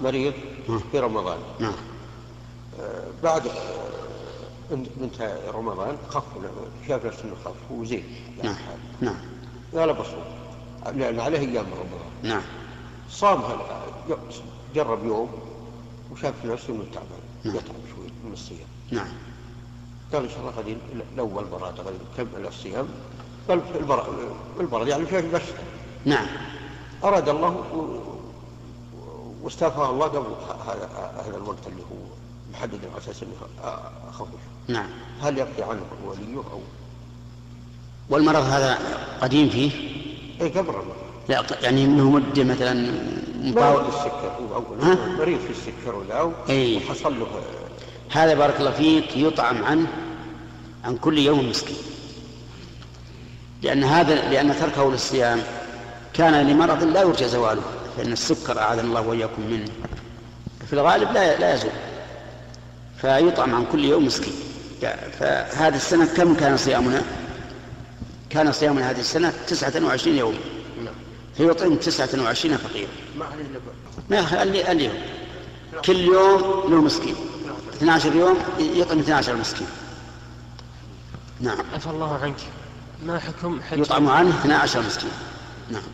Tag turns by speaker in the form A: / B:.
A: مريض
B: نعم.
A: في رمضان
B: نعم
A: آه، بعد آه، انتهى رمضان خف له- شاف نفسه انه خف وزين
B: نعم نعم
A: قال بصوم لان عليه ايام من رمضان
B: نعم
A: صام هال- جرب يوم وشاف نفسه انه تعبان
B: نعم.
A: يتعب شوي من الصيام
B: نعم
A: قال ان شاء الله غادي ال- الاول براد غادي نكمل الصيام قال البرد البرد يعني شاف نفسه
B: نعم
A: أراد الله و- واستافاه الله قبل ه- هذا هذا الوقت اللي هو محدد على أساس أنه أ- أخوف
B: نعم
A: هل يقضي عنه وليه أو
B: والمرض هذا قديم فيه
A: أي قبل رمضان
B: لا ق- يعني انه مده مثلا
A: مريض
B: مطاول
A: السكر هو أولا
B: ها؟
A: مريض في السكر ولا
B: إي.
A: وحصل له
B: هذا بارك الله فيك يطعم عنه عن كل يوم مسكين لأن هذا لأن تركه للصيام كان لمرض لا يرجى زواله لأن السكر أعاذنا الله وإياكم منه في الغالب لا لا يزول فيطعم عن كل يوم مسكين فهذه السنة كم كان صيامنا؟ كان صيامنا هذه السنة 29 يوما فيطعم 29 فقيرا
A: نعم. ما عليه إلا
B: ما اللي اليوم كل يوم له مسكين 12 يوم يطعم 12 مسكين نعم
C: عفى الله عنك ما حكم حج
B: يطعم عنه 12 مسكين نعم